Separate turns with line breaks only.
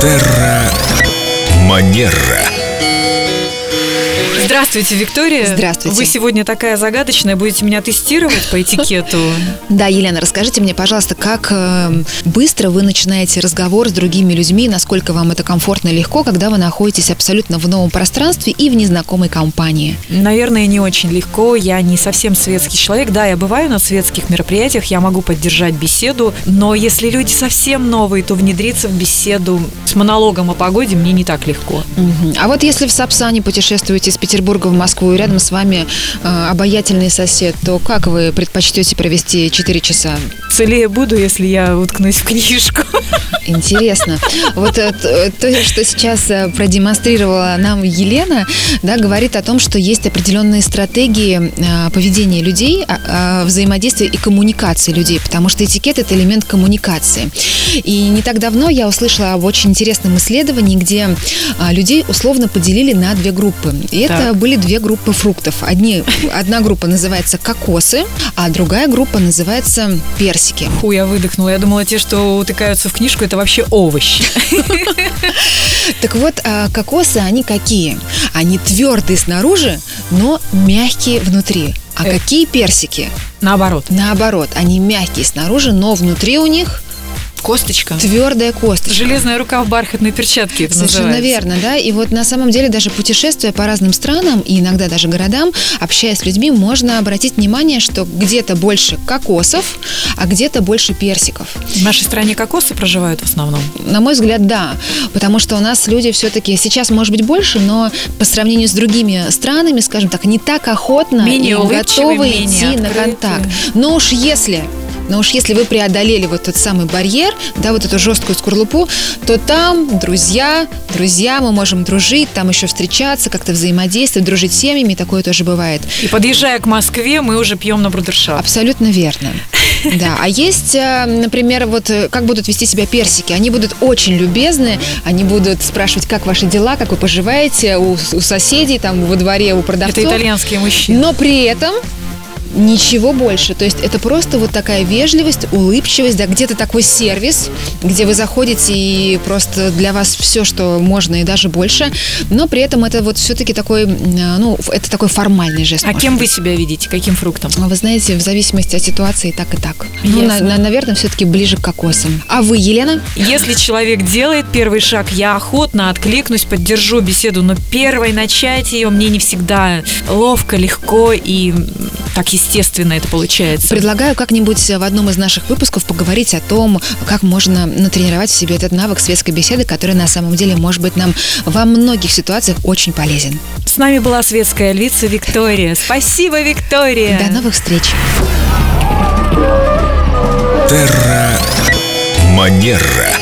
Терра Манера.
Здравствуйте, Виктория.
Здравствуйте.
Вы сегодня такая загадочная, будете меня тестировать по этикету.
Да, Елена, расскажите мне, пожалуйста, как эм, быстро вы начинаете разговор с другими людьми, насколько вам это комфортно и легко, когда вы находитесь абсолютно в новом пространстве и в незнакомой компании?
Наверное, не очень легко. Я не совсем светский человек. Да, я бываю на светских мероприятиях, я могу поддержать беседу, но если люди совсем новые, то внедриться в беседу с монологом о погоде мне не так легко.
Мгм. А вот если в Сапсане путешествуете из Петербурга в Москву и рядом с вами э, обаятельный сосед, то как вы предпочтете провести 4 часа?
Целее буду, если я уткнусь в книжку.
Интересно. Вот э, т- э, то, что сейчас э, продемонстрировала нам Елена, да, говорит о том, что есть определенные стратегии э, поведения людей, а, а, взаимодействия и коммуникации людей, потому что этикет – это элемент коммуникации. И не так давно я услышала об очень интересном исследовании, где а, людей условно поделили на две группы. И это
Так.
были две группы фруктов. Одни, одна группа называется кокосы, а другая группа называется персики.
Фу, я выдохнула. Я думала, те, что утыкаются в книжку, это вообще овощи.
Так вот, а, кокосы, они какие? Они твердые снаружи, но мягкие внутри. А
Эх.
какие персики?
Наоборот.
Наоборот, они мягкие снаружи, но внутри у них
Косточка.
твердая косточка.
Железная рука в бархатной перчатке это
Совершенно
называется.
верно, да. И вот на самом деле даже путешествуя по разным странам и иногда даже городам, общаясь с людьми, можно обратить внимание, что где-то больше кокосов, а где-то больше персиков.
В нашей стране кокосы проживают в основном.
На мой взгляд, да. Потому что у нас люди все-таки сейчас, может быть, больше, но по сравнению с другими странами, скажем так, не так охотно
Менее
и
улыбчивы,
готовы
менее
идти на
открыты.
контакт. Но уж если но уж если вы преодолели вот тот самый барьер, да, вот эту жесткую скорлупу, то там друзья, друзья, мы можем дружить, там еще встречаться, как-то взаимодействовать, дружить с семьями, такое тоже бывает.
И подъезжая к Москве, мы уже пьем на брудершафт.
Абсолютно верно. Да, а есть, э, например, вот э, как будут вести себя персики. Они будут очень любезны, они будут спрашивать, как ваши дела, как вы поживаете у, у соседей, там, во дворе, у продавцов.
Это итальянские мужчины.
Но при этом ничего больше. То есть это просто вот такая вежливость, улыбчивость, да, где-то такой сервис, где вы заходите и просто для вас все, что можно и даже больше, но при этом это вот все-таки такой, э, ну, это такой формальный жест.
А
может
кем вы себя видите? Каким фруктом?
а Вы знаете, в зависимости от ситуации так и так. Ну,
Ясно.
наверное, все-таки ближе к кокосам. А вы, Елена?
Если человек делает первый шаг, я охотно откликнусь, поддержу беседу, но первой начать ее мне не всегда ловко, легко и м, так естественно это получается.
Предлагаю как-нибудь в одном из наших выпусков поговорить о том, как можно натренировать в себе этот навык светской беседы, который на самом деле может быть нам во многих ситуациях очень полезен.
С нами была светская львица Виктория. Спасибо, Виктория!
До новых встреч!
Терра Манера.